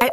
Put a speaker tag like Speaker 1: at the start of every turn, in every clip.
Speaker 1: At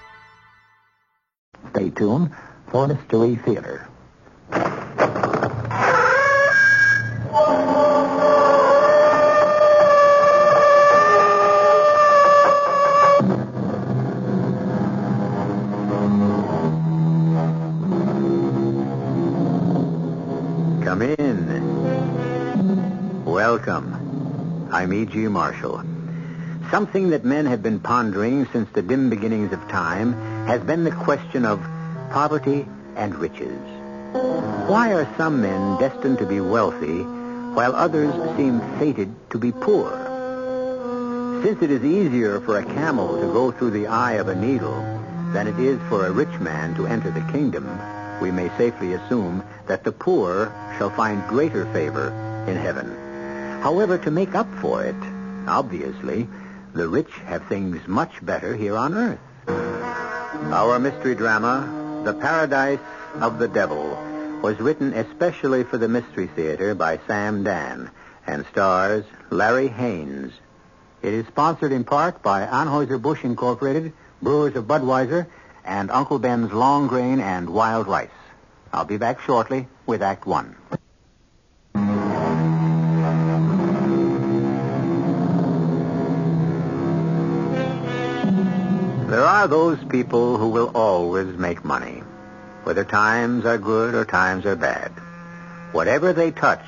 Speaker 2: Stay tuned for the Stewie Theater. Come in. Welcome. I'm E.G. Marshall. Something that men have been pondering since the dim beginnings of time has been the question of poverty and riches. Why are some men destined to be wealthy while others seem fated to be poor? Since it is easier for a camel to go through the eye of a needle than it is for a rich man to enter the kingdom, we may safely assume that the poor shall find greater favor in heaven. However, to make up for it, obviously, the rich have things much better here on earth. Our mystery drama, The Paradise of the Devil, was written especially for the Mystery Theater by Sam Dan and stars Larry Haynes. It is sponsored in part by Anheuser-Busch Incorporated, Brewers of Budweiser, and Uncle Ben's Long Grain and Wild Rice. I'll be back shortly with Act One. There are those people who will always make money, whether times are good or times are bad. Whatever they touch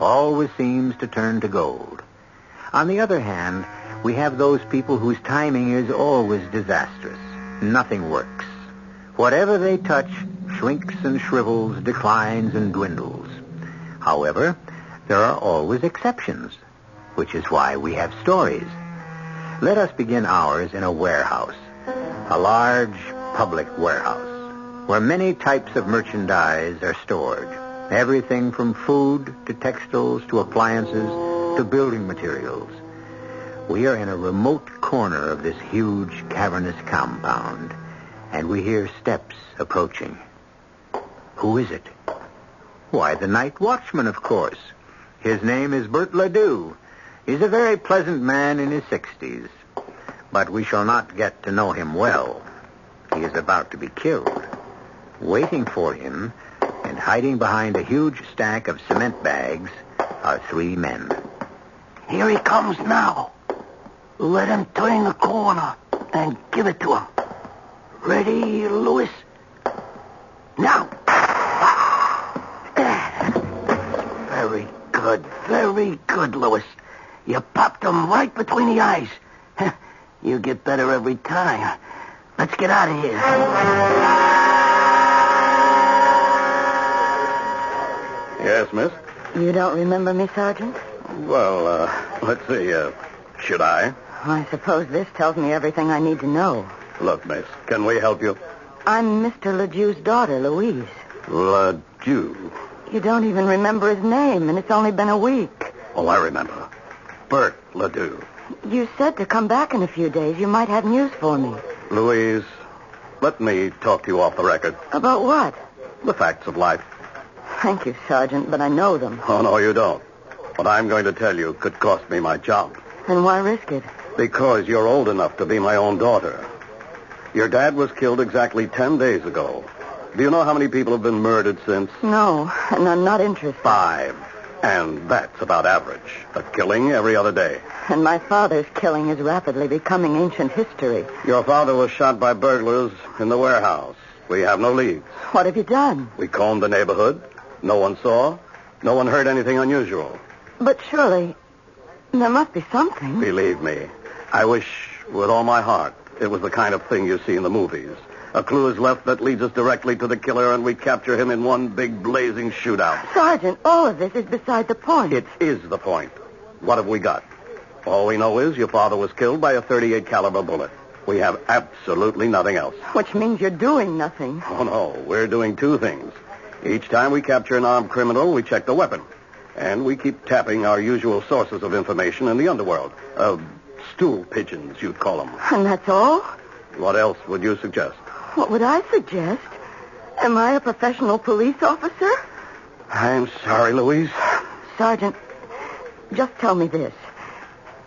Speaker 2: always seems to turn to gold. On the other hand, we have those people whose timing is always disastrous. Nothing works. Whatever they touch shrinks and shrivels, declines and dwindles. However, there are always exceptions, which is why we have stories. Let us begin ours in a warehouse, a large public warehouse, where many types of merchandise are stored. Everything from food to textiles to appliances to building materials. We are in a remote corner of this huge cavernous compound, and we hear steps approaching. Who is it? Why, the night watchman, of course. His name is Bert Ledoux. He's a very pleasant man in his 60s, but we shall not get to know him well. He is about to be killed. Waiting for him and hiding behind a huge stack of cement bags are three men. Here he comes now. Let him turn the corner and give it to him. Ready, Lewis? Now. Very good, very good, Lewis. You popped him right between the eyes. You get better every time. Let's get out of here.
Speaker 3: Yes, miss?
Speaker 4: You don't remember me, Sergeant?
Speaker 3: Well, uh, let's see. Uh, should I?
Speaker 4: I suppose this tells me everything I need to know.
Speaker 3: Look, miss, can we help you?
Speaker 4: I'm Mr. Ledoux's daughter, Louise.
Speaker 3: La Jew.
Speaker 4: You don't even remember his name, and it's only been a week.
Speaker 3: Oh, I remember. Bert Ledoux.
Speaker 4: You said to come back in a few days. You might have news for me.
Speaker 3: Louise, let me talk to you off the record.
Speaker 4: About what?
Speaker 3: The facts of life.
Speaker 4: Thank you, Sergeant, but I know them.
Speaker 3: Oh, no, you don't. What I'm going to tell you could cost me my job.
Speaker 4: Then why risk it?
Speaker 3: Because you're old enough to be my own daughter. Your dad was killed exactly ten days ago. Do you know how many people have been murdered since?
Speaker 4: No, and I'm not interested.
Speaker 3: Five. And that's about average. A killing every other day.
Speaker 4: And my father's killing is rapidly becoming ancient history.
Speaker 3: Your father was shot by burglars in the warehouse. We have no leads.
Speaker 4: What have you done?
Speaker 3: We combed the neighborhood. No one saw. No one heard anything unusual.
Speaker 4: But surely there must be something.
Speaker 3: Believe me, I wish with all my heart it was the kind of thing you see in the movies. A clue is left that leads us directly to the killer, and we capture him in one big blazing shootout.
Speaker 4: Sergeant, all of this is beside the point.
Speaker 3: It is the point. What have we got? All we know is your father was killed by a 38 caliber bullet.
Speaker 5: We have absolutely nothing else.
Speaker 6: Which means you're doing nothing.
Speaker 5: Oh, no. We're doing two things. Each time we capture an armed criminal, we check the weapon. And we keep tapping our usual sources of information in the underworld. Uh, stool pigeons, you'd call them.
Speaker 6: And that's all?
Speaker 5: What else would you suggest?
Speaker 6: What would I suggest? Am I a professional police officer?
Speaker 5: I'm sorry, Louise.
Speaker 6: Sergeant, just tell me this.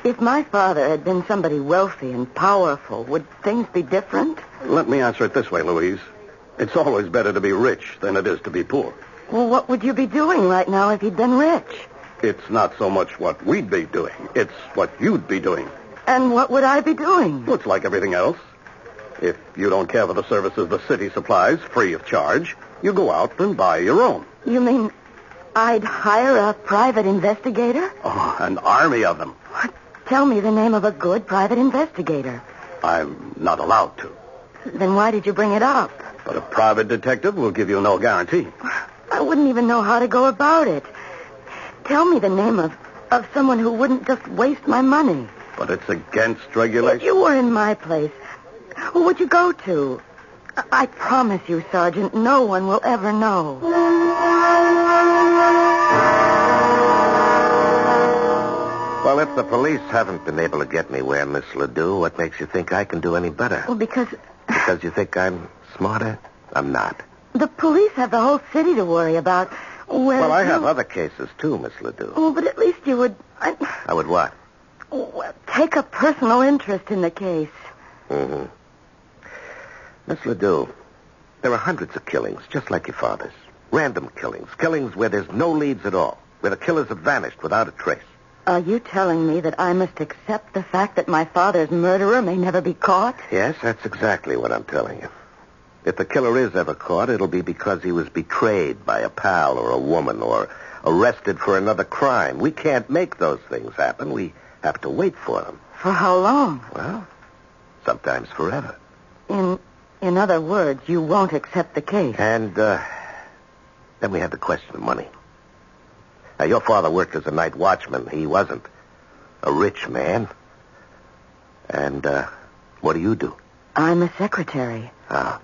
Speaker 6: If my father had been somebody wealthy and powerful, would things be different?
Speaker 5: Let me answer it this way, Louise. It's always better to be rich than it is to be poor.
Speaker 6: Well, what would you be doing right now if he'd been rich?
Speaker 5: It's not so much what we'd be doing, it's what you'd be doing.
Speaker 6: And what would I be doing?
Speaker 5: Looks like everything else. If you don't care for the services the city supplies free of charge, you go out and buy your own.
Speaker 6: You mean I'd hire a private investigator?
Speaker 5: Oh, an army of them.
Speaker 6: Tell me the name of a good private investigator.
Speaker 5: I'm not allowed to.
Speaker 6: Then why did you bring it up?
Speaker 5: But a private detective will give you no guarantee.
Speaker 6: I wouldn't even know how to go about it. Tell me the name of, of someone who wouldn't just waste my money.
Speaker 5: But it's against
Speaker 6: If
Speaker 5: regulation.
Speaker 6: you were in my place, who would you go to? I- I promise you, Sergeant, no one will ever know.
Speaker 2: Well, if the police haven't been able to get anywhere, Miss Ledoux, what makes you think I can do any better?
Speaker 6: Well, because
Speaker 2: Because you think I'm smarter? I'm not.
Speaker 6: the police have the whole city to worry about. Whereas
Speaker 2: Well, I have
Speaker 6: you-
Speaker 2: other cases, too, Miss Ledoux.
Speaker 6: Oh, but at least you would I,
Speaker 2: I would what?
Speaker 6: well, take a personal interest in the case.
Speaker 2: Mm-hmm. Miss Ledoux, there are hundreds of killings, just like your father's. Random killings. Killings where there's no leads at all. Where the killers have vanished without a trace.
Speaker 6: Are you telling me that I must accept the fact that my father's murderer may never be caught?
Speaker 2: Yes, that's exactly what I'm telling you. If the killer is ever caught, it'll be because he was betrayed by a pal or a woman or arrested for another crime. We can't make those things happen. We have to wait for them.
Speaker 6: For how long?
Speaker 2: Well, sometimes forever.
Speaker 6: In in other words, you won't accept the case.
Speaker 2: And uh, then we have the question of money. Now, your father worked as a night watchman. He wasn't a rich man. And uh, what do you do?
Speaker 6: I'm a secretary.
Speaker 2: Ah,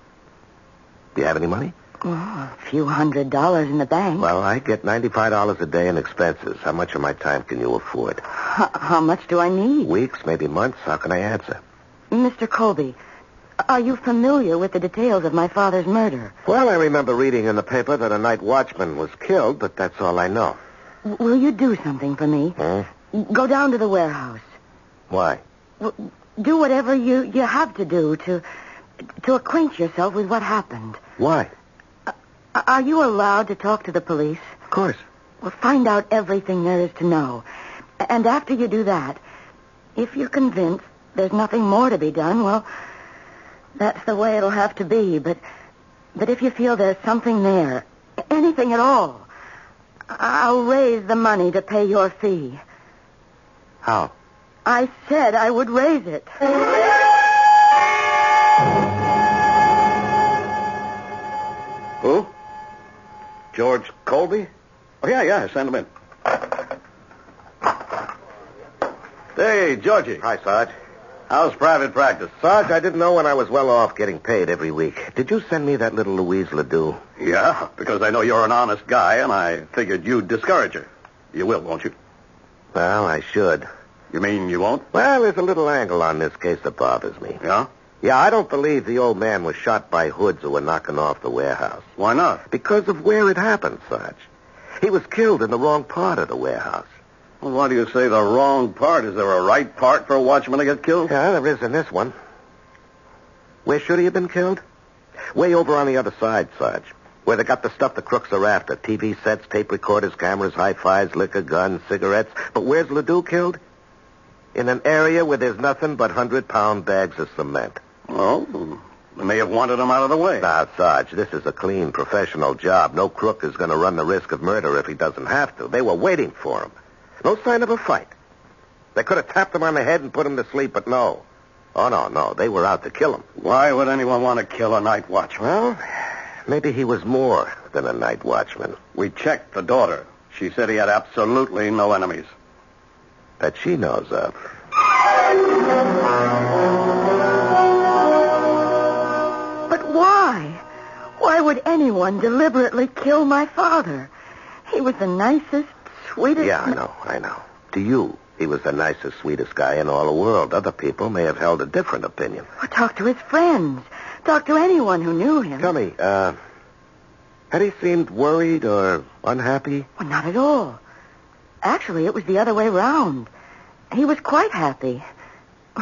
Speaker 2: do you have any money?
Speaker 6: Oh, a few hundred dollars in the bank.
Speaker 2: Well, I get $95 a day in expenses. How much of my time can you afford?
Speaker 6: H- how much do I need?
Speaker 2: Weeks, maybe months. How can I answer?
Speaker 6: Mr. Colby, are you familiar with the details of my father's murder?
Speaker 2: Well, I remember reading in the paper that a night watchman was killed, but that's all I know.
Speaker 6: W- will you do something for me?
Speaker 2: Hmm?
Speaker 6: Go down to the warehouse.
Speaker 2: Why?
Speaker 6: W- do whatever you, you have to do to to acquaint yourself with what happened.
Speaker 2: Why?
Speaker 6: A- Are you allowed to talk to the police?
Speaker 2: Of course.
Speaker 6: Well, find out everything there is to know. A- And after you do that, if you're convinced there's nothing more to be done, well, that's the way it'll have to be. But, but if you feel there's something there, anything at all, I- I'll raise the money to pay your fee.
Speaker 2: How?
Speaker 6: I said I would raise it.
Speaker 5: Who? George Colby? Oh, yeah, yeah, send him in. Hey, Georgie.
Speaker 2: Hi, Sarge.
Speaker 5: How's private practice?
Speaker 2: Sarge, I didn't know when I was well off getting paid every week. Did you send me that little Louise Ledoux?
Speaker 5: Yeah, because I know you're an honest guy, and I figured you'd discourage her. You will, won't you?
Speaker 2: Well, I should.
Speaker 5: You mean you won't?
Speaker 2: Well, there's a little angle on this case that bothers me.
Speaker 5: Yeah?
Speaker 2: Yeah, I don't believe the old man was shot by hoods who were knocking off the warehouse.
Speaker 5: Why not?
Speaker 2: Because of where it happened, Sarge. He was killed in the wrong part of the warehouse.
Speaker 5: Well, why do you say the wrong part? Is there a right part for a watchman to get killed?
Speaker 2: Yeah, there is in this one. Where should he have been killed? Way over on the other side, Sarge. Where they got the stuff the crooks are after. TV sets, tape recorders, cameras, hi-fis, liquor, guns, cigarettes. But where's Ledoux killed? In an area where there's nothing but hundred-pound bags of cement.
Speaker 5: Well, they may have wanted him out of the way.
Speaker 2: Now, Sarge, this is a clean, professional job. No crook is going to run the risk of murder if he doesn't have to. They were waiting for him. No sign of a fight. They could have tapped him on the head and put him to sleep, but no. Oh, no, no. They were out to kill him.
Speaker 5: Why would anyone want to kill a night watchman?
Speaker 2: Well, maybe he was more than a night watchman.
Speaker 5: We checked the daughter. She said he had absolutely no enemies.
Speaker 2: That she knows of.
Speaker 6: Why would anyone deliberately kill my father? He was the nicest, sweetest.
Speaker 2: Yeah, I know, I know. To you, he was the nicest, sweetest guy in all the world. Other people may have held a different opinion.
Speaker 6: Or talk to his friends. Talk to anyone who knew him.
Speaker 2: Tell me, uh, had he seemed worried or unhappy?
Speaker 6: Well, not at all. Actually, it was the other way round. He was quite happy.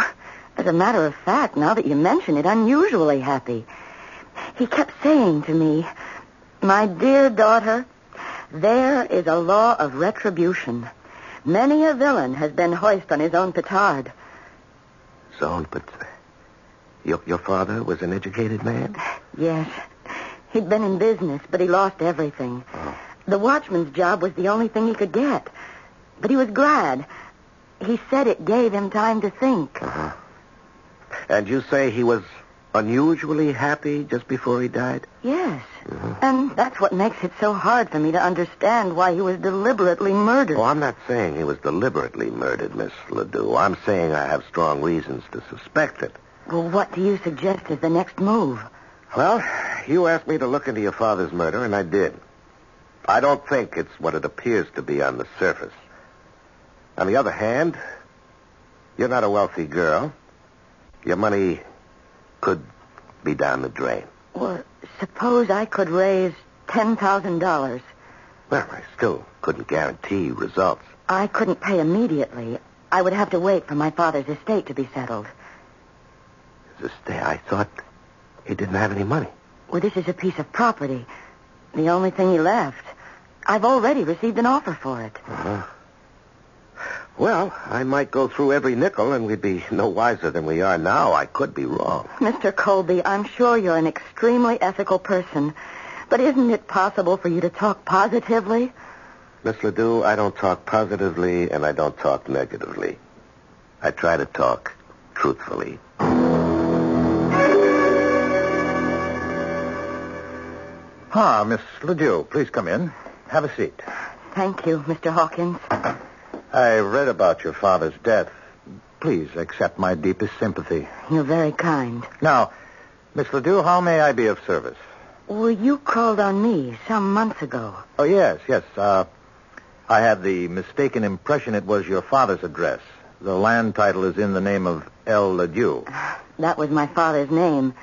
Speaker 6: As a matter of fact, now that you mention it, unusually happy. He kept saying to me, My dear daughter, there is a law of retribution. Many a villain has been hoist on his own petard.
Speaker 2: So, but uh, your, your father was an educated man?
Speaker 6: Yes. He'd been in business, but he lost everything.
Speaker 2: Oh.
Speaker 6: The watchman's job was the only thing he could get. But he was glad. He said it gave him time to think.
Speaker 2: And you say he was unusually happy just before he died?
Speaker 6: Yes. And that's what makes it so hard for me to understand why he was deliberately murdered.
Speaker 2: Oh, I'm not saying he was deliberately murdered, Miss Ledoux. I'm saying I have strong reasons to suspect it.
Speaker 6: Well, what do you suggest is the next move?
Speaker 2: Well, you asked me to look into your father's murder, and I did. I don't think it's what it appears to be on the surface. On the other hand, you're not a wealthy girl. Your money could be down the drain.
Speaker 6: Well, suppose I could raise $10,000.
Speaker 2: Well, I still couldn't guarantee results.
Speaker 6: I couldn't pay immediately. I would have to wait for my father's estate to be settled.
Speaker 2: This day, I thought he didn't have any money.
Speaker 6: Well, this is a piece of property. The only thing he left. I've already received an offer for it.
Speaker 2: Well, I might go through every nickel, and we'd be no wiser than we are now. I could be wrong.
Speaker 6: Mr. Colby, I'm sure you're an extremely ethical person, but isn't it possible for you to talk positively?
Speaker 2: Miss Ledoux, I don't talk positively and I don't talk negatively. I try to talk truthfully.
Speaker 7: Ah, Miss Ledoux, please come in. Have a seat.
Speaker 6: Thank you, Mr. Hawkins.
Speaker 7: I read about your father's death. Please accept my deepest sympathy.
Speaker 6: You're very kind.
Speaker 7: Now, Miss Ledoux, how may I be of service?
Speaker 6: Well, you called on me some months ago.
Speaker 7: Oh, yes, yes. Uh, I had the mistaken impression it was your father's address. The land title is in the name of L. Ledoux,
Speaker 6: That was my father's name,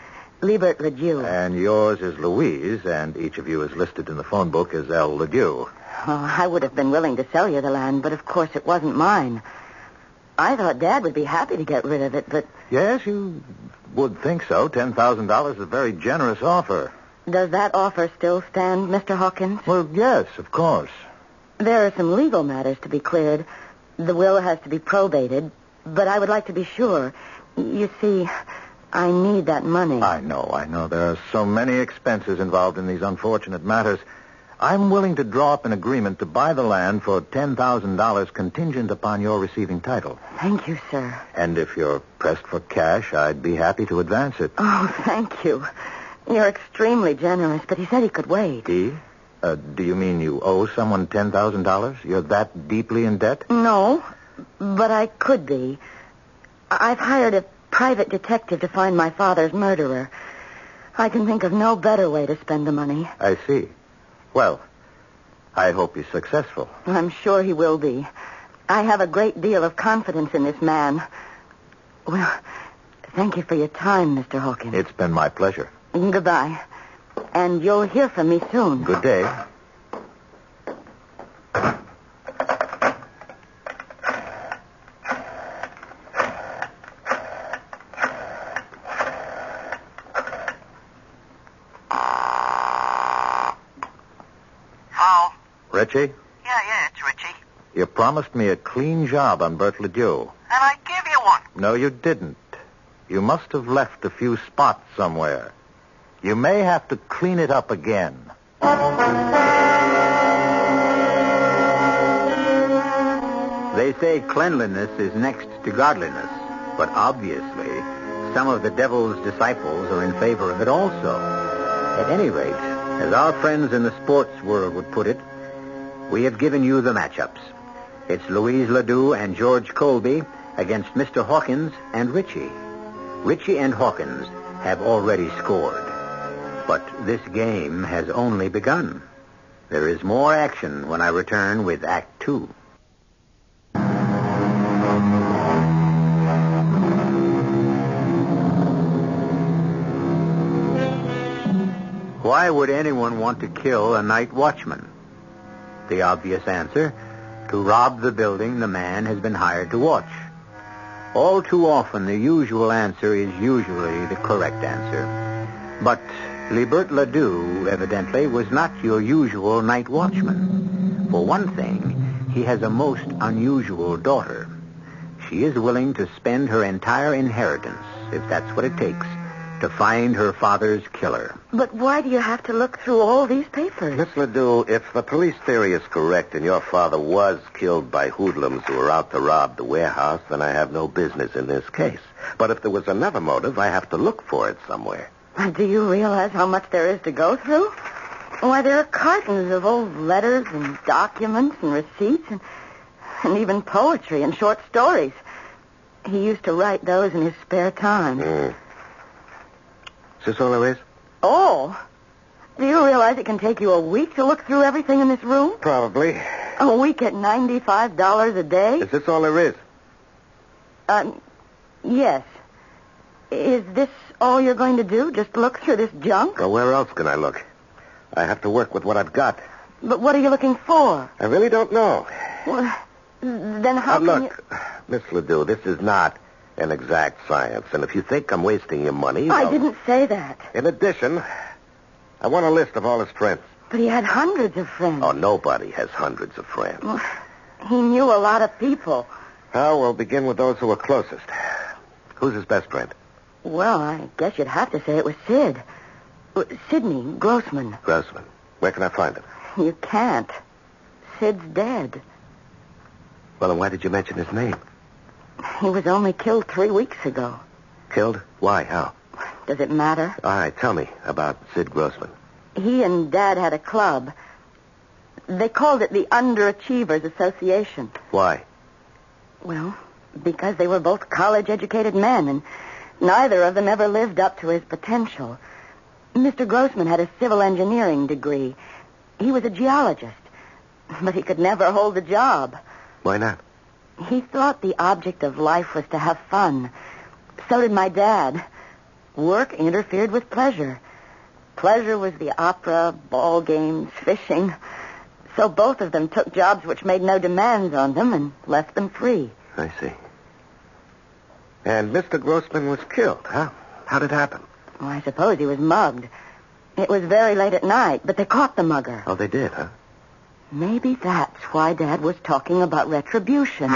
Speaker 6: Liebert Ledoux.
Speaker 7: and yours is Louise, and each of you is listed in the phone book as L. Ledoux.
Speaker 6: Oh, I would have been willing to sell you the land, but of course it wasn't mine. I thought Dad would be happy to get rid of it, but
Speaker 7: Yes, you would think so. $10,000 is a very generous offer.
Speaker 6: does that offer still stand, Mr. Hawkins?
Speaker 7: Well, yes, of course.
Speaker 6: There are some legal matters to be cleared. The will has to be probated, but I would like to be sure. You see, I need that money.
Speaker 7: I know, I know. There are so many expenses involved in these unfortunate matters. I'm willing to draw up an agreement to buy the land for $10,000 contingent upon your receiving title.
Speaker 6: Thank you, sir.
Speaker 7: And if you're pressed for cash, I'd be happy to advance it.
Speaker 6: Oh, thank you. You're extremely generous, but he said he could wait.
Speaker 7: D? Uh, do you mean you owe someone $10,000? You're that deeply in debt?
Speaker 6: No, but I could be. I- I've hired a private detective to find my father's murderer. I can think of no better way to spend the money.
Speaker 7: I see. Well, I hope you're successful.
Speaker 6: I'm sure he will be. I have a great deal of confidence in this man. Well, thank you for your time, Mr. Hawkins.
Speaker 7: It's been my pleasure.
Speaker 6: Goodbye. And you'll hear from me soon.
Speaker 7: Good day.
Speaker 8: Oh, Hello?
Speaker 7: Richie,
Speaker 8: Yeah, yeah, it's Richie.
Speaker 7: you promised me a clean job on Bert Ledoux.
Speaker 8: And I give you one.
Speaker 7: No, you didn't. You must have left a few spots somewhere. You may have to clean it up again.
Speaker 2: They say cleanliness is next to godliness, but obviously, some of the devil's disciples are in favor of it also. At any rate, as our friends in the sports world would put it, we have given you the matchups. It's Louise Ledoux and George Colby against Mr. Hawkins and Richie. Richie and Hawkins have already scored.
Speaker 9: But this game has only begun. There is more action when I return with Act Two. Why would anyone want to kill a night watchman? The obvious answer to rob the building the man has been hired to watch. All too often, the usual answer is usually the correct answer. But Libert Ledoux, evidently, was not your usual night watchman. For one thing, he has a most unusual daughter. She is willing to spend her entire inheritance, if that's what it takes, to find her father's killer.
Speaker 6: But why do you have to look through all these papers?
Speaker 2: Miss Ledoux, if the police theory is correct and your father was killed by hoodlums who were out to rob the warehouse, then I have no business in this case. But if there was another motive, I have to look for it somewhere.
Speaker 6: Do you realize how much there is to go through? Why, there are cartons of old letters and documents and receipts and, and even poetry and short stories. He used to write those in his spare time.
Speaker 2: Hmm. Is this all there is?
Speaker 6: Oh! Do you realize it can take you a week to look through everything in this room?
Speaker 2: Probably.
Speaker 6: A week at $95 a day?
Speaker 2: Is this all there is?
Speaker 6: Um, yes. Is this all you're going to do? Just look through this junk?
Speaker 2: Well, where else can I look? I have to work with what I've got.
Speaker 6: But what are you looking for?
Speaker 2: I really don't know.
Speaker 6: Well, then how
Speaker 2: Now,
Speaker 6: can
Speaker 2: look, Miss Ledoux, this is not an exact science, and if you think I'm wasting your money...
Speaker 6: you... I
Speaker 2: I'll-
Speaker 6: didn't say that.
Speaker 2: In addition, I want a list of all his friends.
Speaker 6: But he had hundreds of friends.
Speaker 2: Oh, nobody has hundreds of friends.
Speaker 6: Well, He knew a lot of people.
Speaker 2: Well, we'll begin with those who are closest. Who's his best friend?
Speaker 6: Well, I guess you'd have to say it was Sid. Uh, Sidney Grossman.
Speaker 2: Grossman. Where can I find him?
Speaker 6: You can't. Sid's dead.
Speaker 2: Well, and why did you mention his name?
Speaker 6: He was only killed three weeks ago.
Speaker 2: Killed? Why? How?
Speaker 6: Does it matter?
Speaker 2: All right, tell me about Sid Grossman.
Speaker 6: He and Dad had a club. They called it the Underachievers Association.
Speaker 2: Why?
Speaker 6: Well, because they were both college educated men, and neither of them ever lived up to his potential. Mr. Grossman had a civil engineering degree. He was a geologist, but he could never hold a job.
Speaker 2: Why not?
Speaker 6: He thought the object of life was to have fun. So did my dad. Work interfered with pleasure. Pleasure was the opera, ball games, fishing. So both of them took jobs which made no demands on them and left them free.
Speaker 2: I see. And Mr. Grossman was killed, huh? How did it happen?
Speaker 6: Well, Oh, I suppose he was mugged. It was very late at night, but they caught the mugger.
Speaker 2: Oh, they did, huh?
Speaker 6: Maybe that's why Dad was talking about retribution.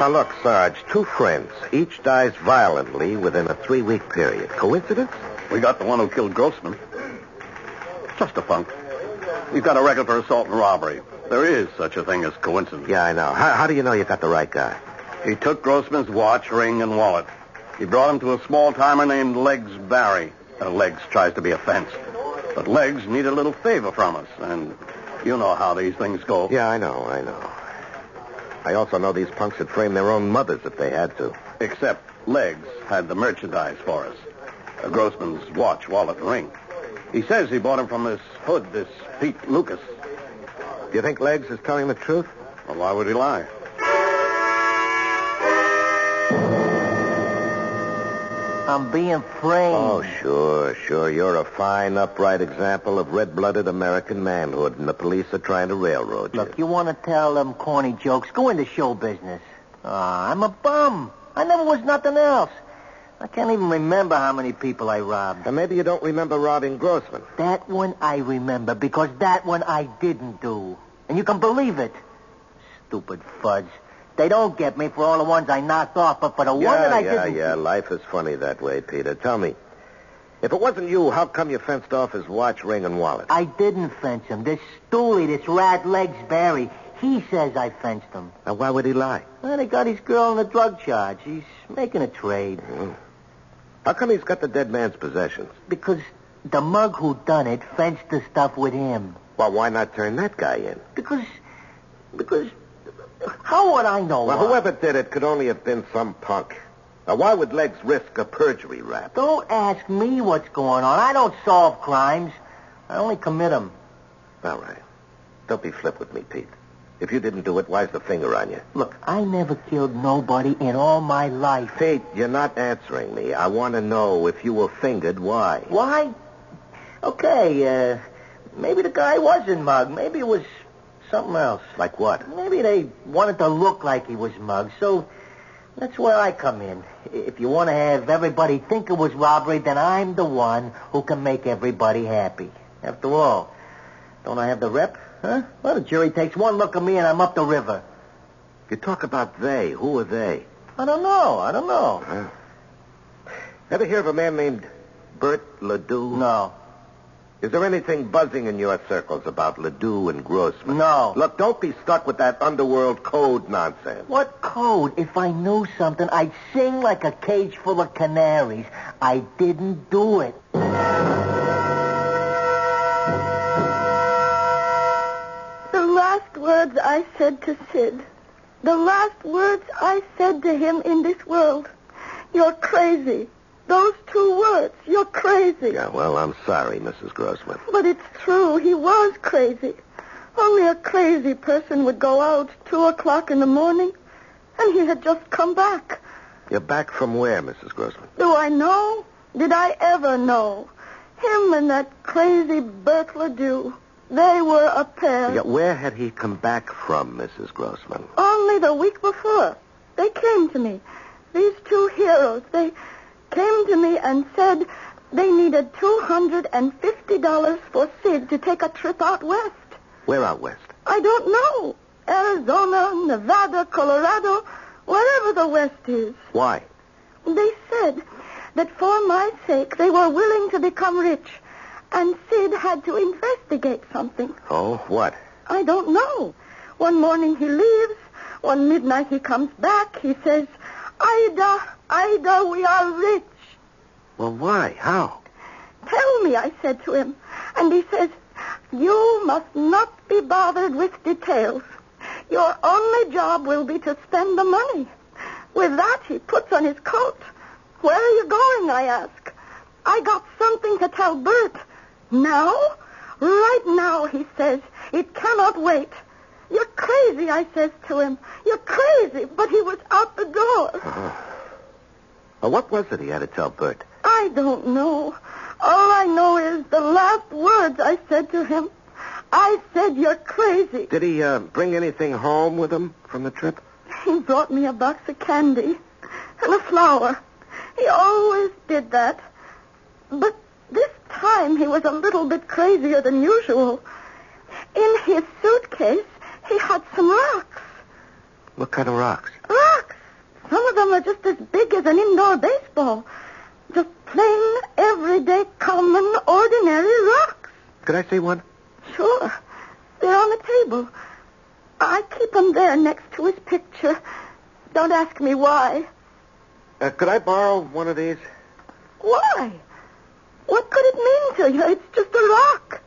Speaker 2: Now, look, Sarge, two friends. Each dies violently within a three-week period. Coincidence?
Speaker 10: We got the one who killed Grossman. Just a funk. He's got a record for assault and robbery. There is such a thing as coincidence.
Speaker 2: Yeah, I know. How, how do you know you got the right guy?
Speaker 10: He took Grossman's watch, ring, and wallet. He brought him to a small timer named Legs Barry. Uh, Legs tries to be a fence. But Legs need a little favor from us, and you know how these things go.
Speaker 2: Yeah, I know, I know. I also know these punks would frame their own mothers if they had to.
Speaker 10: Except Legs had the merchandise for us. Uh, Grossman's watch, wallet, and ring. He says he bought him from this hood, this Pete Lucas.
Speaker 2: Do you think Legs is telling the truth?
Speaker 10: Well, why would he lie?
Speaker 11: I'm being framed.
Speaker 2: Oh, sure, sure. You're a fine, upright example of red-blooded American manhood, and the police are trying to railroad you.
Speaker 11: Look, you want to tell them corny jokes? Go into show business. Ah, I'm a bum. I never was nothing else. I can't even remember how many people I robbed.
Speaker 2: And maybe you don't remember robbing Grossman.
Speaker 11: That one I remember because that one I didn't do. And you can believe it. Stupid fudge. They don't get me for all the ones I knocked off, but for the one that
Speaker 2: yeah,
Speaker 11: I
Speaker 2: yeah,
Speaker 11: didn't.
Speaker 2: yeah. Life is funny that way, Peter. Tell me, if it wasn't you, how come you fenced off his watch, ring, and wallet?
Speaker 11: I didn't fence him. This Stooley, this rat legs Barry, he says I fenced him.
Speaker 2: Now, why would he lie?
Speaker 11: Well, they got his girl on the drug charge. He's making a trade.
Speaker 12: Hmm.
Speaker 2: How come he's got the dead man's possessions?
Speaker 11: Because the mug who done it fenced the stuff with him.
Speaker 2: Well, why not turn that guy in?
Speaker 11: Because, because, how would I know?
Speaker 2: Well,
Speaker 11: why?
Speaker 2: whoever did it could only have been some punk.
Speaker 12: Now, why would Legs risk a perjury rap?
Speaker 6: Don't ask me what's going on. I don't solve crimes. I only commit them.
Speaker 12: All right. Don't be flip with me, Pete. If you didn't do it, why's the finger on you?
Speaker 6: Look, I never killed nobody in all my life.
Speaker 12: Pete, you're not answering me. I want to know if you were fingered, why?
Speaker 6: Why? Okay, uh, maybe the guy wasn't mugged. Maybe it was something else.
Speaker 12: Like what?
Speaker 6: Maybe they wanted to look like he was mugged, so that's where I come in. If you want to have everybody think it was robbery, then I'm the one who can make everybody happy. After all, don't I have the rep? Huh? Well, the jury takes one look at me and I'm up the river.
Speaker 12: You talk about they. Who are they?
Speaker 6: I don't know. I don't know.
Speaker 12: Ever hear of a man named Bert Ledoux?
Speaker 6: No.
Speaker 12: Is there anything buzzing in your circles about Ledoux and Grossman?
Speaker 6: No.
Speaker 12: Look, don't be stuck with that underworld code nonsense.
Speaker 6: What code? If I knew something, I'd sing like a cage full of canaries. I didn't do it.
Speaker 4: The last words I said to Sid. The last words I said to him in this world. You're crazy. Those two words. You're crazy.
Speaker 12: Yeah, well, I'm sorry, Mrs. Grossman.
Speaker 4: But it's true. He was crazy. Only a crazy person would go out two o'clock in the morning. And he had just come back.
Speaker 12: You're back from where, Mrs. Grossman?
Speaker 4: Do I know? Did I ever know? Him and that crazy Bert Ledoux. They were a pair.
Speaker 12: Yeah, where had he come back from, Mrs. Grossman?
Speaker 4: Only the week before. They came to me. These two heroes, they came to me and said they needed $250 for Sid to take a trip out west.
Speaker 12: Where out west?
Speaker 4: I don't know. Arizona, Nevada, Colorado, wherever the west is.
Speaker 12: Why?
Speaker 4: They said that for my sake they were willing to become rich. And Sid had to investigate something.
Speaker 12: Oh, what?
Speaker 4: I don't know. One morning he leaves. One midnight he comes back. He says, Ida, Ida, we are rich.
Speaker 12: Well, why? How?
Speaker 4: Tell me, I said to him. And he says, you must not be bothered with details. Your only job will be to spend the money. With that, he puts on his coat. Where are you going, I ask. I got something to tell Bert. Now? Right now, he says. It cannot wait. You're crazy, I says to him. You're crazy, but he was out the door.
Speaker 12: Uh, Uh-huh. what was it he had to tell Bert?
Speaker 4: I don't know. All I know is the last words I said to him. I said, you're crazy.
Speaker 12: Did he uh, bring anything home with him from the trip?
Speaker 4: He brought me a box of candy and a flower. He always did that. But this time he was a little bit crazier than usual. In his suitcase, he had some rocks.
Speaker 12: What kind of rocks?
Speaker 4: Rocks! Some of them are just as big as an indoor baseball. Just plain, everyday, common, ordinary rocks.
Speaker 12: Could I see one?
Speaker 4: Sure. They're on the table. I keep 'em there next to his picture. Don't ask me why.
Speaker 12: Uh, could I borrow one of these?
Speaker 4: Why? What could it mean to you? It's just a rock.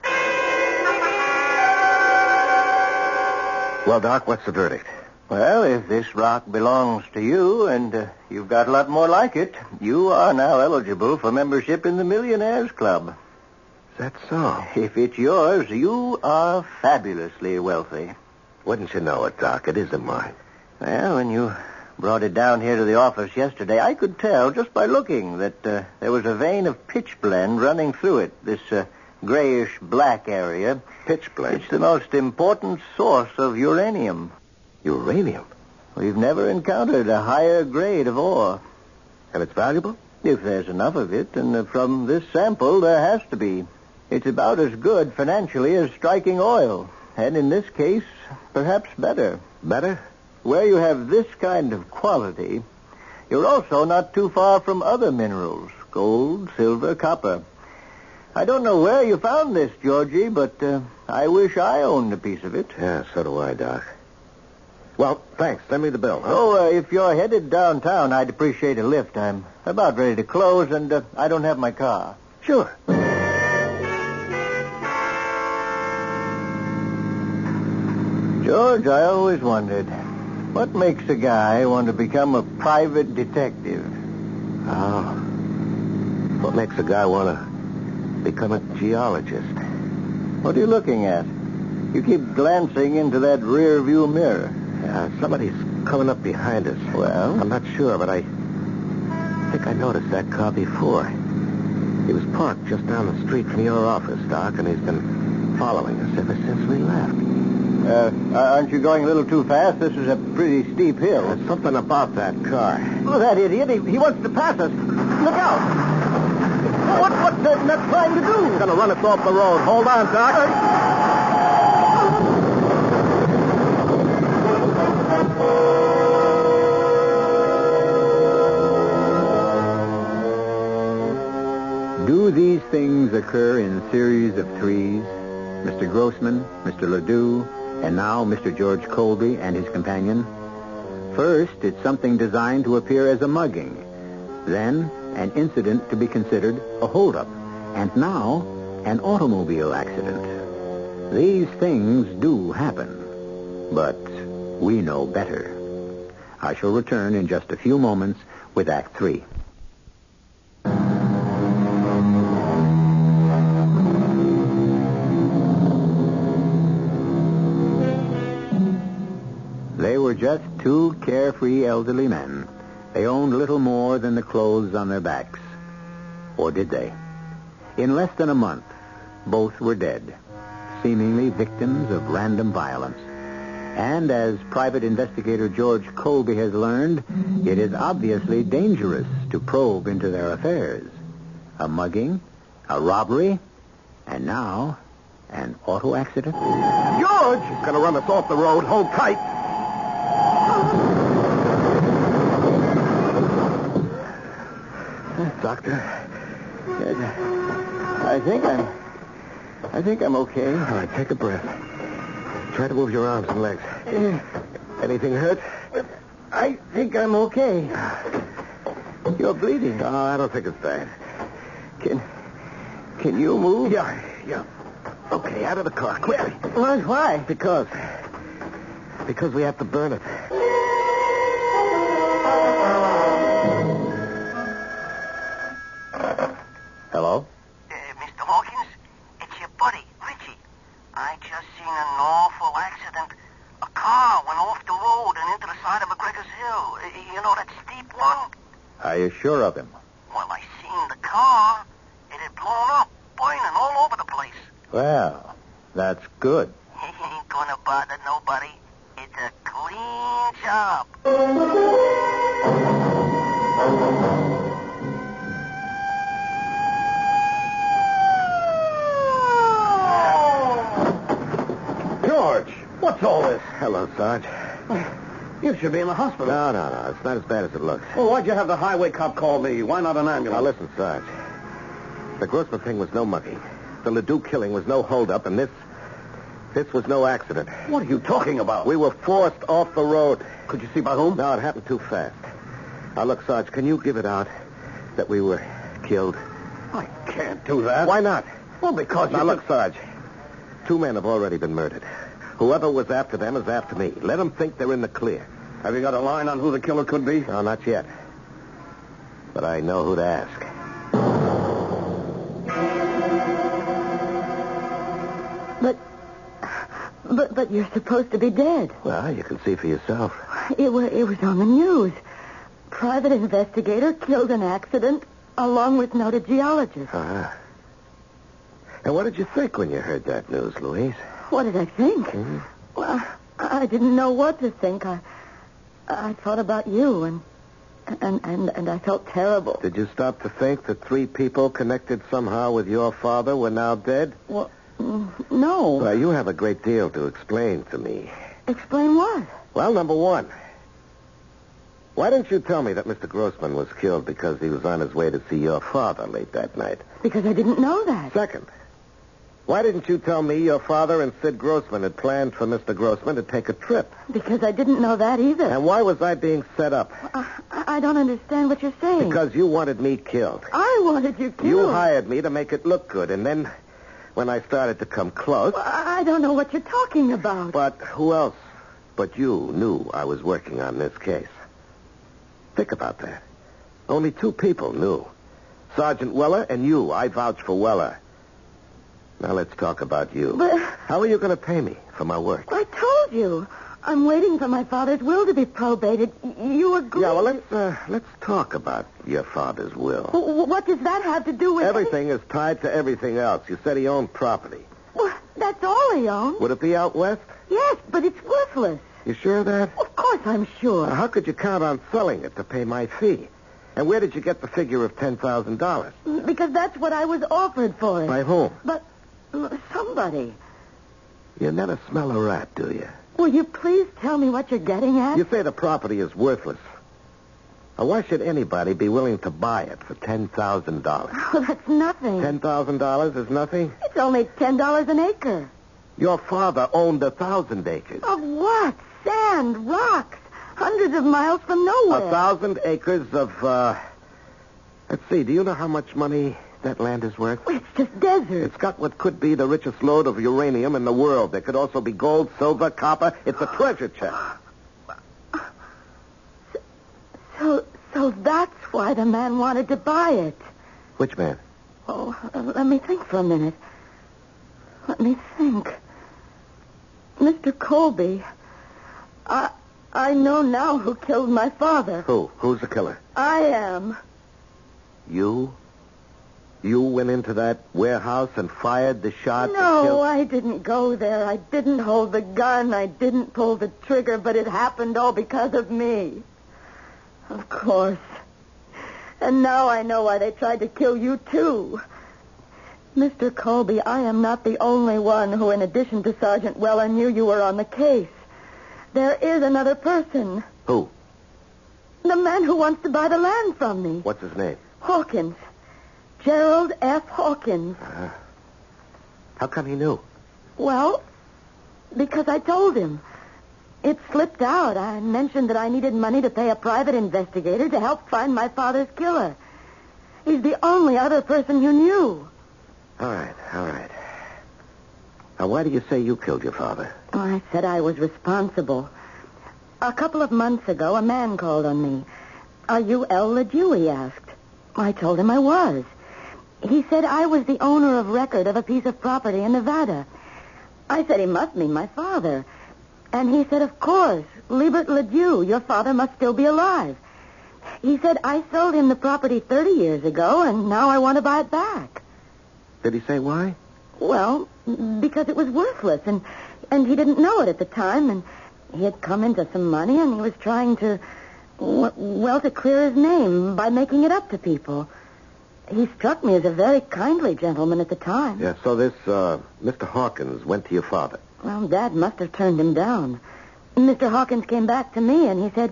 Speaker 12: Well, Doc, what's the verdict?
Speaker 6: Well, if this rock belongs to you, and uh, you've got a lot more like it, you are now eligible for membership in the Millionaires Club.
Speaker 12: Is that so?
Speaker 6: If it's yours, you are fabulously wealthy.
Speaker 12: Wouldn't you know it, Doc? It isn't mine.
Speaker 6: Well, when you brought it down here to the office yesterday, I could tell just by looking that uh, there was a vein of pitch blend running through it, this uh, grayish black area.
Speaker 12: Pitch blend.
Speaker 6: It's the most important source of uranium.
Speaker 12: Uranium.
Speaker 6: We've never encountered a higher grade of ore.
Speaker 12: And it's valuable?
Speaker 6: If there's enough of it, and uh, from this sample there has to be. It's about as good financially as striking oil, and in this case, perhaps better.
Speaker 12: Better?
Speaker 6: Where you have this kind of quality, you're also not too far from other minerals gold, silver, copper. I don't know where you found this, Georgie, but uh, I wish I owned a piece of it.
Speaker 12: Yeah, so do I, Doc. Well, thanks. Send me the bill. huh?
Speaker 6: Oh, uh, if you're headed downtown, I'd appreciate a lift. I'm about ready to close, and uh, I don't have my car.
Speaker 12: sure.
Speaker 6: George, I always wondered what makes a guy want to become a private detective.
Speaker 2: Oh. What makes a guy want to become a geologist?
Speaker 13: What are you looking at? You keep glancing into that rear view mirror.
Speaker 2: Uh, somebody's coming up behind us.
Speaker 13: Well?
Speaker 2: I'm not sure, but I think I noticed that car before. He was parked just down the street from your office, Doc, and he's been following us ever since we left.
Speaker 13: Uh, aren't you going a little too fast? This is a pretty steep hill.
Speaker 2: There's something about that car.
Speaker 13: Look at that idiot. He, he wants to pass us. Look out. What, what's that nut trying to do? He's going to run us off the road. Hold on, Doc.
Speaker 6: Do these things occur in series of threes? Mr. Grossman, Mr. Ledoux, and now Mr. George Colby and his companion? First, it's something designed to appear as a mugging. Then, an incident to be considered a holdup. And now, an automobile accident. These things do happen. But we know better. I shall return in just a few moments with Act Three. They were just two carefree elderly men. They owned little more than the clothes on their backs. Or did they? In less than a month, both were dead, seemingly victims of random violence. And as private investigator George Colby has learned, it is obviously dangerous to probe into their affairs. A mugging, a robbery, and now an auto accident?
Speaker 14: George! He's going to run us off the road. Hold tight.
Speaker 13: Doctor, I think I'm. I think I'm okay. All right, take a breath. Try to move your arms and legs. Anything hurt? I think I'm okay. You're bleeding. Oh, I don't think it's bad. Can Can you move? Yeah, yeah. Okay, out of the car quickly. Why? Why? Because. Because we have to burn it. Hello.
Speaker 15: Uh, Mr. Hawkins, it's your buddy, Richie. I just seen an awful accident. A car went off the road and into the side of McGregor's Hill. Uh, You know that steep one?
Speaker 6: Are you sure of him?
Speaker 15: Well, I seen the car. It had blown up, burning all over the place.
Speaker 6: Well, that's good.
Speaker 15: He ain't gonna bother nobody. It's a clean job. Oh!
Speaker 14: George, what's all this?
Speaker 2: Hello, Sarge.
Speaker 14: You should be in the hospital.
Speaker 2: No, no, no. It's not as bad as it looks.
Speaker 14: Well, Oh, why'd you have the highway cop call me? Why not an ambulance?
Speaker 2: Now, listen, Sarge. The Grossman thing was no mugging. The Ledoux killing was no holdup, and this... This was no accident.
Speaker 14: What are you talking about?
Speaker 2: We were forced off the road.
Speaker 14: Could you see by whom?
Speaker 2: No, it happened too fast. Now, look, Sarge, can you give it out that we were killed?
Speaker 14: I can't do that.
Speaker 2: Why not?
Speaker 14: Well, because
Speaker 2: now,
Speaker 14: you
Speaker 2: look, Sarge. Two men have already been murdered. Whoever was after them is after me. Let them think they're in the clear.
Speaker 14: Have you got a line on who the killer could be?
Speaker 2: No, not yet. But I know who to ask.
Speaker 4: But, but, but you're supposed to be dead.
Speaker 2: Well, you can see for yourself.
Speaker 4: It, wa it was on the news. Private investigator killed in accident along with noted geologist.
Speaker 2: Uh-huh. And what did you think when you heard that news, Louise?
Speaker 4: What did I think?
Speaker 2: Hmm?
Speaker 4: Well, I didn't know what to think. I, I thought about you and, and, and, and I felt terrible.
Speaker 2: Did you stop to think that three people connected somehow with your father were now dead?
Speaker 4: Well, mm, no.
Speaker 2: Well, you have a great deal to explain to me.
Speaker 4: Explain what?
Speaker 2: Well, number one, why didn't you tell me that Mr. Grossman was killed because he was on his way to see your father late that night?
Speaker 4: Because I didn't know that.
Speaker 2: Second, why didn't you tell me your father and Sid Grossman had planned for Mr. Grossman to take a trip?
Speaker 4: Because I didn't know that either.
Speaker 2: And why was I being set up?
Speaker 4: I, I I don't understand what you're saying.
Speaker 2: Because you wanted me killed.
Speaker 4: I wanted you killed.
Speaker 2: You hired me to make it look good, and then when I started to come close,
Speaker 4: Well, I I don't know what you're talking about.
Speaker 2: but who else but you knew I was working on this case? Think about that. Only two people knew. Sergeant Weller and you. I vouch for Weller. Now let's talk about you.
Speaker 4: But-
Speaker 2: How are you going to pay me for my work?
Speaker 4: I told you. I'm waiting for my father's will to be probated. Y- You agree?
Speaker 2: Yeah, well, let's, uh, let's talk about your father's will.
Speaker 4: W- What does that have to do with
Speaker 2: Everything is tied to everything else. You said he owned property.
Speaker 4: Well, that's all he owns.
Speaker 2: Would it be out west?
Speaker 4: Yes, but it's worthless.
Speaker 2: You sure of that? Uh,
Speaker 4: Of course, I'm sure.
Speaker 2: How could you count on selling it to pay my fee? And where did you get the figure of $10,000?
Speaker 4: Because that's what I was offered for it.
Speaker 2: By whom?
Speaker 4: But mm, somebody,
Speaker 2: You never smell a rat, do you?
Speaker 4: will you please tell me what you're getting at?
Speaker 2: You say the property is worthless. Now, why should anybody be willing to buy it for $10,000?
Speaker 4: Oh, that's nothing.
Speaker 2: $10,000 is nothing?
Speaker 4: It's only ten dollars an acre.
Speaker 2: Your father owned a thousand acres.
Speaker 4: Of what? Sand, rocks, hundreds of miles from
Speaker 2: A
Speaker 4: nowhere.
Speaker 2: thousand acres of, uh... Let's see, do you know how much money that land is worth?
Speaker 4: Well, It's just desert.
Speaker 2: It's got what could be the richest load of uranium in the world. There could also be gold, silver, copper. It's a treasure chest.
Speaker 4: So, so that's why the man wanted to buy it.
Speaker 2: Which man?
Speaker 4: Oh, uh, let me think for a minute. Let me think. Mr. Colby, I I know now who killed my father.
Speaker 2: Who? Who's the killer?
Speaker 4: I am.
Speaker 2: You? You went into that warehouse and fired the shot? that
Speaker 4: No,
Speaker 2: killed-
Speaker 4: I didn't go there. I didn't hold the gun. I didn't pull the trigger, but it happened all because of me. Of course. And now I know why they tried to kill you, too. Mr. Colby, I am not the only one who, in addition to Sergeant Weller, knew you were on the case. There is another person.
Speaker 2: Who?
Speaker 4: The man who wants to buy the land from me.
Speaker 2: What's his name?
Speaker 4: Hawkins. Gerald F. Hawkins.
Speaker 2: Uh-huh. How come he knew?
Speaker 4: Well, because I told him. It slipped out. I mentioned that I needed money to pay a private investigator to help find my father's killer. He's the only other person you knew.
Speaker 2: All right, all right. Now, why do you say you killed your father?
Speaker 4: Oh, I said I was responsible. A couple of months ago, a man called on me. Are you El LeJew, he asked. I told him I was. He said I was the owner of record of a piece of property in Nevada. I said he must mean my father. And he said, of course, Liebert LeJew, your father must still be alive. He said, I sold him the property 30 years ago, and now I want to buy it back.
Speaker 2: Did he say why?
Speaker 4: Well, because it was worthless, and and he didn't know it at the time, and he had come into some money, and he was trying to, w- well, to clear his name by making it up to people. He struck me as a very kindly gentleman at the time.
Speaker 2: Yeah, so this, uh, Mr. Hawkins went to your father.
Speaker 4: Well, Dad must have turned him down. Mr. Hawkins came back to me, and he said,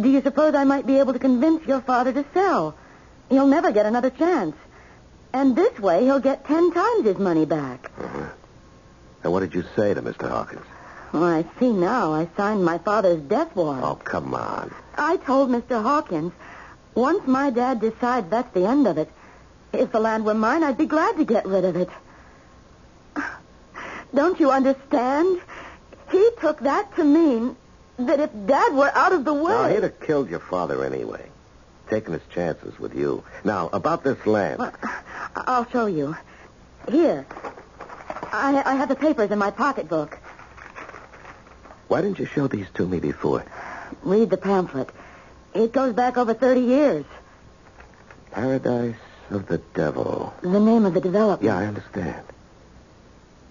Speaker 4: "Do you suppose I might be able to convince your father to sell? He'll never get another chance, and this way he'll get ten times his money back."
Speaker 2: And what did you say to Mr. Hawkins?
Speaker 4: Well, Oh, I see now. I signed my father's death warrant.
Speaker 2: Oh, come on.
Speaker 4: I told Mr. Hawkins, once my dad decides that's the end of it, if the land were mine, I'd be glad to get rid of it. Don't you understand? He took that to mean that if dad were out of the
Speaker 2: Now,
Speaker 4: way.
Speaker 2: he'd have killed your father anyway, taking his chances with you. Now, about this land.
Speaker 4: Well, I'll show you. Here. I, I have the papers in my pocketbook.
Speaker 2: Why didn't you show these to me before?
Speaker 4: Read the pamphlet. It goes back over 30 years.
Speaker 2: Paradise of the Devil.
Speaker 4: The name of the development.
Speaker 2: Yeah, I understand.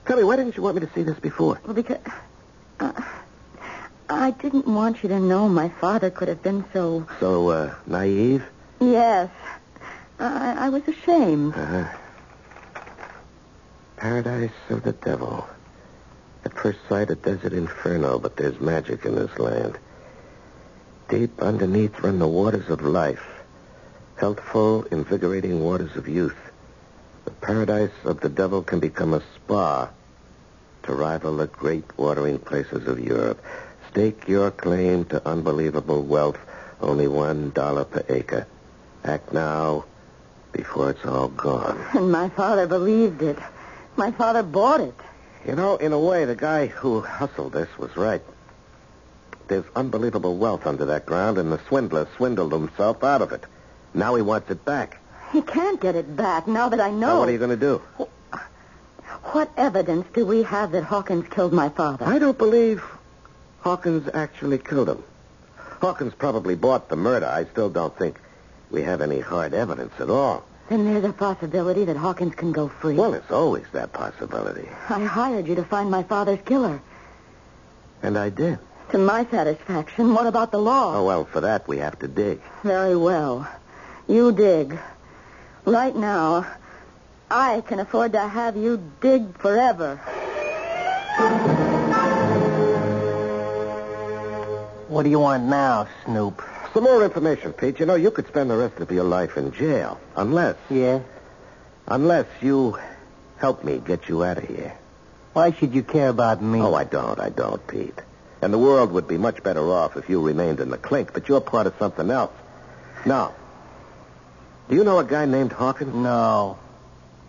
Speaker 2: Tell me, why didn't you want me to see this before?
Speaker 4: Well, because uh, I didn't want you to know my father could have been so.
Speaker 2: So, uh, naive?
Speaker 4: Yes, I, I was ashamed.
Speaker 2: Uh-huh. Paradise of the Devil. At first sight, a desert inferno, but there's magic in this land. Deep underneath run the waters of life, healthful, invigorating waters of youth. The paradise of the devil can become a spa to rival the great watering places of Europe. Stake your claim to unbelievable wealth, only one dollar per acre. Act now before it's all gone.
Speaker 4: And my father believed it. My father bought it.
Speaker 2: You know, in a way, the guy who hustled this was right. There's unbelievable wealth under that ground, and the swindler swindled himself out of it. Now he wants it back.
Speaker 4: He can't get it back now that I
Speaker 2: Now,
Speaker 4: know.
Speaker 2: what are you going to do?
Speaker 4: What evidence do we have that Hawkins killed my father?
Speaker 2: I don't believe Hawkins actually killed him. Hawkins probably bought the murder. I still don't think we have any hard evidence at all.
Speaker 4: Then there's a possibility that Hawkins can go free.
Speaker 2: Well, it's always that possibility.
Speaker 4: I hired you to find my father's killer.
Speaker 2: And I did.
Speaker 4: To my satisfaction. What about the law?
Speaker 2: Oh, well, for that we have to dig.
Speaker 4: Very well. You dig. Right now, I can afford to have you dig forever.
Speaker 16: What do you want now, Snoop?
Speaker 2: Some more information, Pete. You know, you could spend the rest of your life in jail. Unless,
Speaker 16: Yeah?
Speaker 2: unless you help me get you out of here.
Speaker 16: Why should you care about me?
Speaker 2: Oh, I don't. I don't, Pete. And the world would be much better off if you remained in the clink, but you're part of something else. Now, do you know a guy named Hawkins?
Speaker 16: No.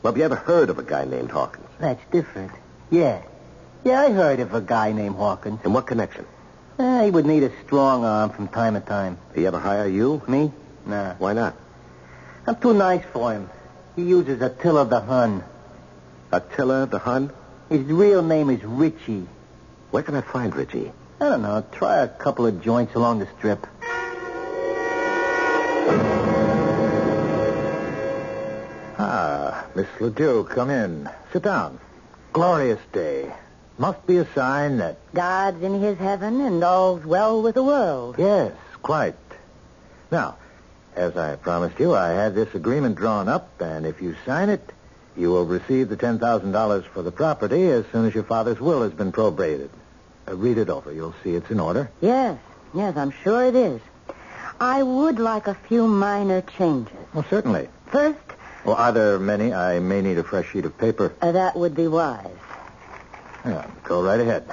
Speaker 2: Well, have you ever heard of a guy named Hawkins?
Speaker 16: That's different. Yeah. Yeah, I heard of a guy named Hawkins.
Speaker 2: In what connection?
Speaker 16: Eh, he would need a strong arm from time to time.
Speaker 2: He ever hire you?
Speaker 16: Me? Nah.
Speaker 2: Why not?
Speaker 16: I'm too nice for him. He uses Attila the Hun.
Speaker 2: Attila the Hun?
Speaker 16: His real name is Richie.
Speaker 2: Where can I find Richie?
Speaker 16: I don't know. Try a couple of joints along the strip.
Speaker 6: Ah, Miss Ledoux, come in. Sit down. Glorious day. Must be a sign that,
Speaker 4: God's in his heaven and all's well with the world.
Speaker 6: yes, quite. Now, as I promised you, I had this agreement drawn up, and if you sign it, you will receive the $10,000 for the property as soon as your father's will has been probated. Uh, read it over. You'll see it's in order.
Speaker 4: Yes, yes, I'm sure it is. I would like a few minor changes.
Speaker 6: Well, certainly.
Speaker 4: First,
Speaker 6: Well, are there many? I may need a fresh sheet of paper.
Speaker 4: uh, that would be wise.
Speaker 6: Yeah, go right ahead.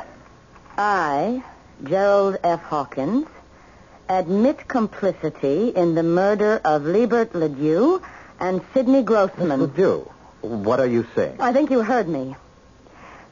Speaker 4: I, Gerald F. Hawkins, admit complicity in the murder of Liebert Ledoux and Sidney Grossman.
Speaker 6: Ledoux, what are you saying?
Speaker 4: I think you heard me.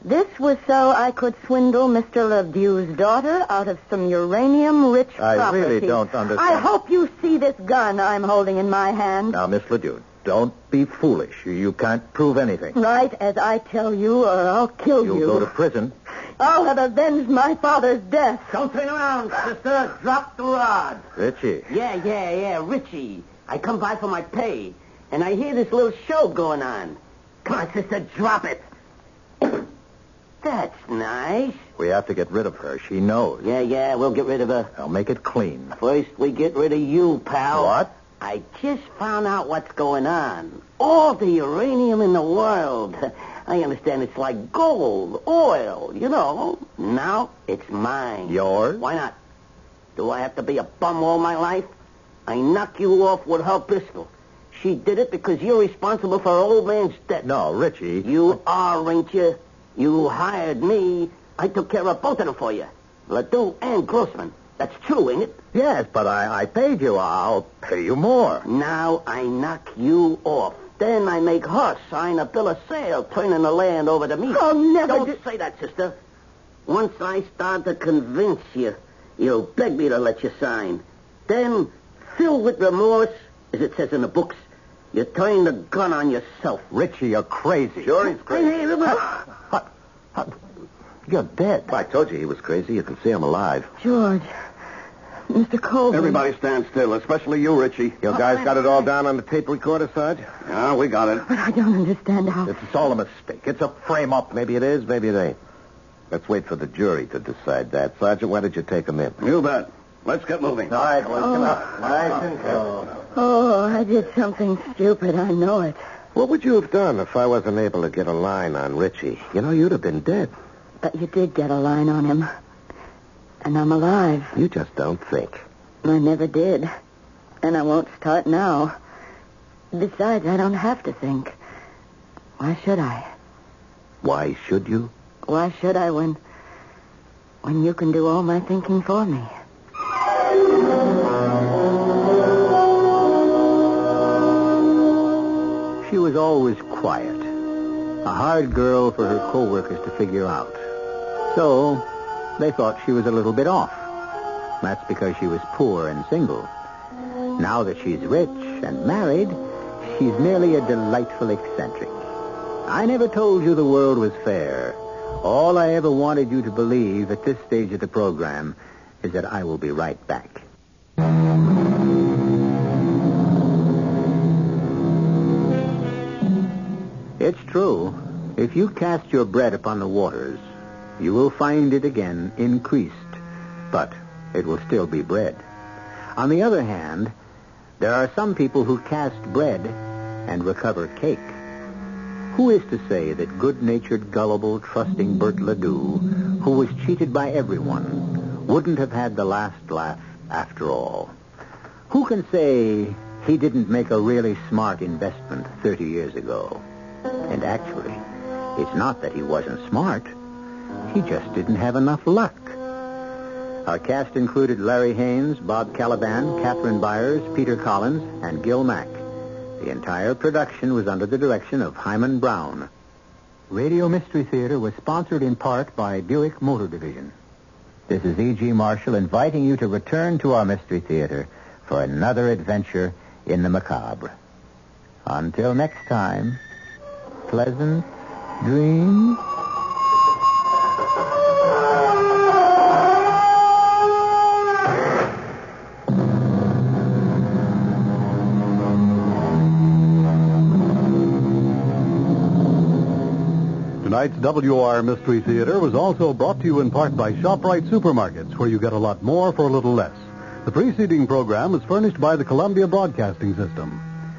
Speaker 4: This was so I could swindle Mr. Ledoux's daughter out of some uranium-rich
Speaker 6: I
Speaker 4: property.
Speaker 6: really don't understand.
Speaker 4: I hope you see this gun I'm holding in my hand.
Speaker 6: Now, Miss Ledoux, don't be foolish. You- You can't prove anything.
Speaker 4: Right as I tell you, or I'll kill
Speaker 6: You'll
Speaker 4: you.
Speaker 6: go to prison.
Speaker 4: I'll have avenged my father's death.
Speaker 16: Don't turn around, sister. Drop the rod.
Speaker 6: Richie.
Speaker 16: Yeah, yeah, yeah, Richie. I come by for my pay, and I hear this little show going on. Come on, sister, drop it. That's nice.
Speaker 6: We have to get rid of her. She knows.
Speaker 16: Yeah, yeah, we'll get rid of her.
Speaker 6: I'll make it clean.
Speaker 16: First, we get rid of you, pal.
Speaker 6: What?
Speaker 16: I just found out what's going on. All the uranium in the world. I understand it's like gold, oil, you know. Now it's mine.
Speaker 6: Yours?
Speaker 16: Why not? Do I have to be a bum all my life? I knock you off with her pistol. She did it because you're responsible for her old man's death.
Speaker 6: No, Richie.
Speaker 16: You are, ain't you? You hired me. I took care of both of them for you. Ledoux and Grossman. That's true, ain't it?
Speaker 6: Yes, but I, I paid you. I'll pay you more.
Speaker 16: Now I knock you off. Then I make her sign a bill of sale, turning the land over to me.
Speaker 4: I'll never
Speaker 16: Don't
Speaker 4: do-
Speaker 16: say that, sister. Once I start to convince you, you'll beg me to let you sign. Then, filled with remorse, as it says in the books, you turn the gun on yourself.
Speaker 6: Richie, you're crazy.
Speaker 2: Sure he's crazy.
Speaker 16: Hey, remember-
Speaker 6: You're dead.
Speaker 2: I told you he was crazy. You can see him alive.
Speaker 4: George, Mr.
Speaker 16: Oh,
Speaker 4: Colvin.
Speaker 17: Everybody stand still, especially you, Richie.
Speaker 2: Your guys got it all down on the tape recorder, Sarge?
Speaker 17: Yeah, we got it.
Speaker 4: But I don't understand how.
Speaker 6: It's all a mistake. It's a frame-up.
Speaker 2: Maybe it is, maybe it ain't. Let's wait for the jury to decide that. Sergeant, why did you take him in?
Speaker 17: You bet. Let's get moving.
Speaker 6: All right, boys, come on. Nice and
Speaker 4: Oh, I did something stupid. I know it.
Speaker 2: What would you have done if I wasn't able to get a line on Richie? You know, you'd have been dead.
Speaker 4: But you did get a line on him. And I'm alive.
Speaker 2: You just don't think.
Speaker 4: I never did. And I won't start now. Besides, I don't have to think. Why should I?
Speaker 2: Why should you?
Speaker 4: Why should I when when you can do all my thinking for me?
Speaker 6: She was always quiet. A hard girl for her co-workers to figure out. So, they thought she was a little bit off. That's because she was poor and single. Now that she's rich, and married, she's merely a delightful eccentric. I never told you the world was fair. All I ever wanted you to believe at this stage of the program is that I will be right back. It's true. If you cast your bread upon the waters, you will find it again increased, but it will still be bread. On the other hand, there are some people who cast bread and recover cake. Who is to say that good-natured, gullible, trusting Bert Ledoux, who was cheated by everyone, wouldn't have had the last laugh after all? Who can say he didn't make a really smart investment 30 years ago? And actually, it's not that he wasn't smart. He just didn't have enough luck. Our cast included Larry Haynes, Bob Caliban, Catherine Byers, Peter Collins, and Gil Mack. The entire production was under the direction of Hyman Brown. Radio Mystery Theater was sponsored in part by Buick Motor Division. E
Speaker 18: This is E.G. Marshall inviting you to return to our Mystery Theater for another adventure in the macabre. Until next time, pleasant dreams.
Speaker 2: Tonight's WR Mystery Theater was also brought to you in part by ShopRite Supermarkets, where you get a lot more for a little less. The preceding program is furnished by the Columbia Broadcasting System.